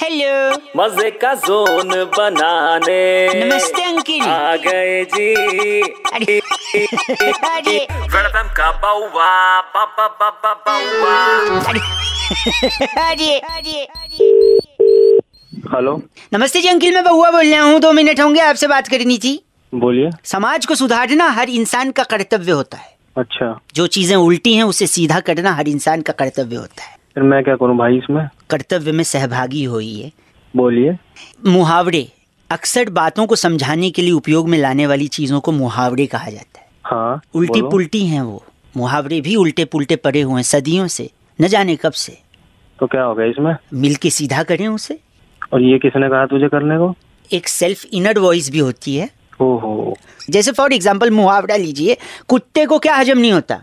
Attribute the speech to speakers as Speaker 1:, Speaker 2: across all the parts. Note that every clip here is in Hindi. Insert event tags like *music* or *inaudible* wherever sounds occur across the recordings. Speaker 1: हेलो
Speaker 2: मजे का जोन बनाने
Speaker 1: नमस्ते अंकिल
Speaker 2: आ गए जी
Speaker 1: अरे अरे
Speaker 2: वेलकम का बउआ बाबा बाबा बउआ
Speaker 1: अरे अरे
Speaker 3: हेलो
Speaker 1: नमस्ते जी अंकिल मैं बहुआ बोल रहा हूँ दो मिनट होंगे आपसे बात करनी थी
Speaker 3: बोलिए
Speaker 1: समाज को सुधारना हर इंसान का कर्तव्य होता है
Speaker 3: अच्छा
Speaker 1: जो चीजें उल्टी हैं उसे सीधा करना हर इंसान का कर्तव्य होता है
Speaker 3: फिर मैं क्या करूं भाई इसमें
Speaker 1: कर्तव्य में सहभागी होइए
Speaker 3: बोलिए
Speaker 1: मुहावरे अक्सर बातों को समझाने के लिए उपयोग में लाने वाली चीजों को मुहावरे कहा जाता है
Speaker 3: हाँ
Speaker 1: उल्टी
Speaker 3: बोलो।
Speaker 1: पुल्टी हैं वो मुहावरे भी उल्टे पुल्टे पड़े हुए हैं सदियों से न जाने कब से
Speaker 3: तो क्या हो गया इसमें
Speaker 1: मिल के सीधा करें उसे
Speaker 3: और ये किसने कहा तुझे करने को
Speaker 1: एक सेल्फ इनर वॉइस भी होती है
Speaker 3: ओहो
Speaker 1: जैसे फॉर एग्जाम्पल मुहावरा लीजिए कुत्ते को क्या हजम नहीं होता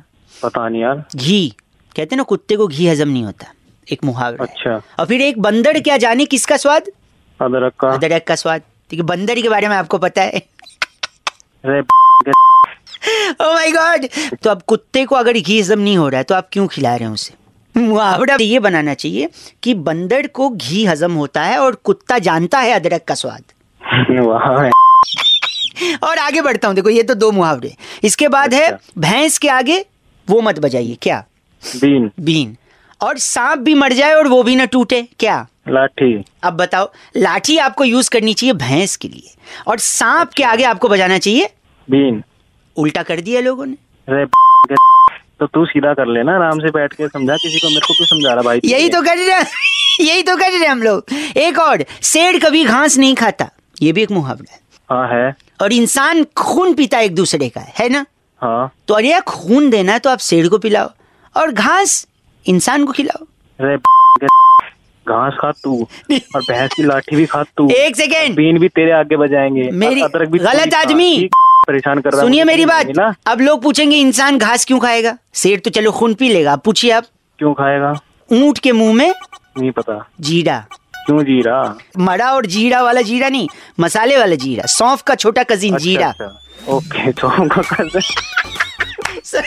Speaker 3: पता नहीं यार
Speaker 1: घी कहते हैं ना कुत्ते को घी हजम नहीं होता एक मुहावरा है।
Speaker 3: अच्छा।
Speaker 1: और फिर एक बंदर क्या जाने किसका स्वाद
Speaker 3: अदरक का
Speaker 1: अदरक का स्वाद ठीक है बंदर के बारे में आपको पता है
Speaker 3: अरे
Speaker 1: ओ माय गॉड Oh तो अब कुत्ते को अगर घी हजम नहीं हो रहा है तो आप क्यों खिला रहे हैं उसे मुहावरा ये बनाना चाहिए कि बंदर को घी हजम होता है और कुत्ता जानता है अदरक का स्वाद
Speaker 3: वाह है।
Speaker 1: और आगे बढ़ता हूँ देखो ये तो दो मुहावरे इसके बाद है
Speaker 3: अच्छा।
Speaker 1: भैंस के आगे वो मत बजाइए क्या
Speaker 3: बीन
Speaker 1: बीन और सांप भी मर जाए और वो भी ना टूटे क्या
Speaker 3: लाठी
Speaker 1: अब बताओ लाठी आपको यूज करनी चाहिए भैंस के लिए और सांप के आगे आपको बजाना चाहिए
Speaker 3: बीन
Speaker 1: उल्टा कर दिया लोगों ने
Speaker 3: अरे तो तू सीधा कर लेना आराम से बैठ के समझा किसी को मेरे को तू समझा रहा भाई
Speaker 1: यही तो कर रहे हैं यही तो कर रहे हैं हम *laughs* लोग एक और शेर कभी घास नहीं खाता ये भी एक मुहावरा है
Speaker 3: हाँ है
Speaker 1: और इंसान खून पीता है एक दूसरे का है ना
Speaker 3: हाँ
Speaker 1: तो अरे यार खून देना है तो आप शेर को पिलाओ और घास इंसान को खिलाओ
Speaker 3: अरे घास खा
Speaker 1: *laughs*
Speaker 3: तू और भैंस की लाठी भी खा तू
Speaker 1: एक सेकेंड
Speaker 3: बीन भी तेरे आगे बजाएंगे और
Speaker 1: मेरी-
Speaker 3: अदरक भी तू
Speaker 1: गलत
Speaker 3: ही खा।
Speaker 1: आदमी।
Speaker 3: ठीक परेशान कर रहा है
Speaker 1: सुनिए
Speaker 3: मुझे
Speaker 1: मेरी
Speaker 3: समझ
Speaker 1: बात
Speaker 3: नहीं ना
Speaker 1: अब लोग पूछेंगे इंसान घास क्यों खाएगा शेर तो चलो खून पी लेगा अब पूछिए आप
Speaker 3: क्यों खाएगा
Speaker 1: ऊंट के मुंह में
Speaker 3: नहीं पता
Speaker 1: जीरा
Speaker 3: क्यों जी रहा
Speaker 1: मड़ा और जीरा वाला जीरा नहीं मसाले वाला जीरा सौंफ का छोटा कजिन
Speaker 3: अच्छा,
Speaker 1: जीरा *laughs*
Speaker 3: अच्छा। ओके तो हमको कर दे